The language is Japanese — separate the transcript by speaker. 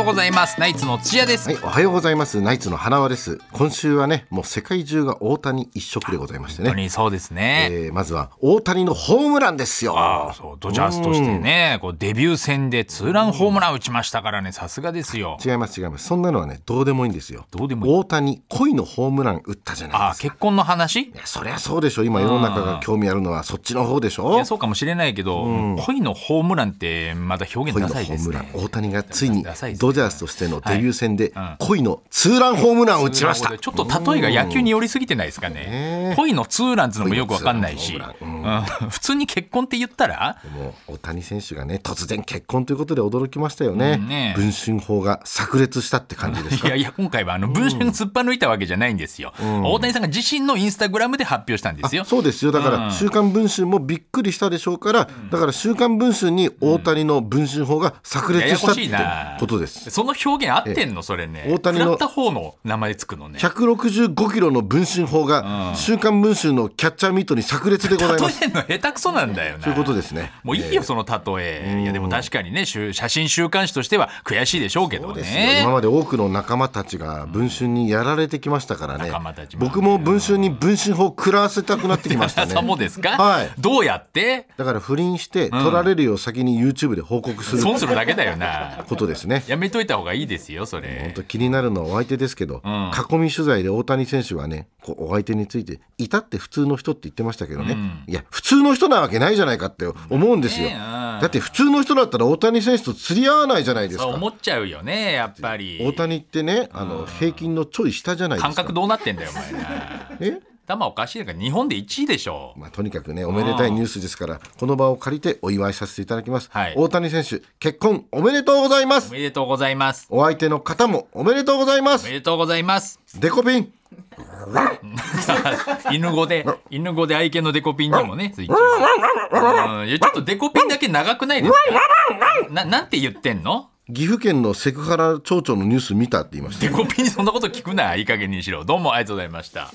Speaker 1: うございますナイツの土屋です、
Speaker 2: はい、おはようございます。ナイツの花輪です。今週はね、もう世界中が大谷一色でございまして
Speaker 1: 本当
Speaker 2: ね。
Speaker 1: にそうですね、
Speaker 2: えーまずは大谷のホームランですよ。
Speaker 1: ああそうドジャースとしてねこうデビュー戦でツーランホームラン打ちましたからねさすがですよ
Speaker 2: 違います違います。そんなのはね、どうでもいいんですよ。
Speaker 1: どうでもいい
Speaker 2: 大谷、恋のホームラン打ったじゃない
Speaker 1: あ
Speaker 2: で
Speaker 1: あ
Speaker 2: すか。
Speaker 1: 結婚の話
Speaker 2: いやそりゃそうでしょ。今世の中が興味あるのはそっちの方でし
Speaker 1: い
Speaker 2: ょ
Speaker 1: や。そうかもしれないけど、恋のホームランってまだ表現ダ
Speaker 2: 恋の
Speaker 1: サ
Speaker 2: ホ
Speaker 1: いで
Speaker 2: ー
Speaker 1: す
Speaker 2: ムラ
Speaker 1: ね
Speaker 2: ン、大谷がついに
Speaker 1: ダサいですね
Speaker 2: ドジャースとしてのデビュー戦で恋のツーランホームランを打ちました。
Speaker 1: ちょっと例えが野球に寄りすぎてないですかね、恋のツーランっていうのもよくわかんないし
Speaker 2: 恋の、ツ
Speaker 1: うん普通に結婚って言ったら
Speaker 2: もう大谷選手がね突然結婚ということで驚きましたよね,、
Speaker 1: うんね
Speaker 2: 文春法が炸裂したって感じです
Speaker 1: い
Speaker 2: か
Speaker 1: やいや今回はあの文春を突っぱ抜いたわけじゃないんですよ、大谷さんが自身のインスタグラムで発表したんですよ
Speaker 2: そうですよだか
Speaker 1: う
Speaker 2: ら「
Speaker 1: ん
Speaker 2: 週刊文春」もびっくりしたでしょうから、だから「週刊文春」に大谷の文春法が炸
Speaker 1: やや
Speaker 2: 裂し
Speaker 1: こ
Speaker 2: たっ
Speaker 1: しいな
Speaker 2: てことです、
Speaker 1: その表現合ってんのそれね
Speaker 2: 大谷の
Speaker 1: 食らった方の名前つくのね
Speaker 2: 165キロの文春法が「週刊文春」のキャッチャーミートに炸裂でございます
Speaker 1: 例えんの下手くそなんだよな
Speaker 2: ということですね
Speaker 1: もういいよ、その例え。いや、でも確かにね、しゅ写真週刊誌としては悔しいでしょうけど
Speaker 2: ですよ今
Speaker 1: ね。
Speaker 2: まで多くの仲間たちが文春にやられてきましたからね
Speaker 1: 仲間たちも
Speaker 2: 僕も文春に文春法を食らわせたくなってきました
Speaker 1: 皆
Speaker 2: ね
Speaker 1: さんもですか、
Speaker 2: はい
Speaker 1: どうや って
Speaker 2: だから不倫して取られるよう先に YouTube で報告する
Speaker 1: 損するだけだよな。
Speaker 2: ことですね。
Speaker 1: やめといた方がいいですよ、それ
Speaker 2: 本。当気になるのはお相手ですけど、囲み取材で大谷選手はねこうお相手について至って普通の人って言ってましたけどね、いや普通の人なわけないじゃないかって思うんですよ、
Speaker 1: ねえうん
Speaker 2: だって普通の人だったら大谷選手と釣り合わないじゃないです
Speaker 1: そう
Speaker 2: か
Speaker 1: 思っちゃうよね、やっぱり。
Speaker 2: 大谷ってねあの平均のちょい下じゃないで
Speaker 1: 感
Speaker 2: すか
Speaker 1: 覚どうなってんだよ、お前 な。
Speaker 2: え
Speaker 1: 頭おかしいだから、日本で1位でしょ。
Speaker 2: まあ、とにかくねおめでたいニュースですからこの場を借りてお祝いさせていただきます、
Speaker 1: はい
Speaker 2: 大谷選手結婚おめでとうございま
Speaker 1: お
Speaker 2: す
Speaker 1: めでとうございます。
Speaker 2: お相手の方もおめでとうございま
Speaker 1: お
Speaker 2: す
Speaker 1: めでとうございます。
Speaker 2: デコピン
Speaker 1: 犬語で、犬語で愛犬のデコピンにもね、スイッチがうんいやちょっとデコピンだけ長くないですかな、なんて言ってんの
Speaker 2: 岐阜県のセクハラ町長のニュース見たって言いました
Speaker 1: デコピンにそんなこと聞くな、いい加減にしろ。どうもありがとうございました。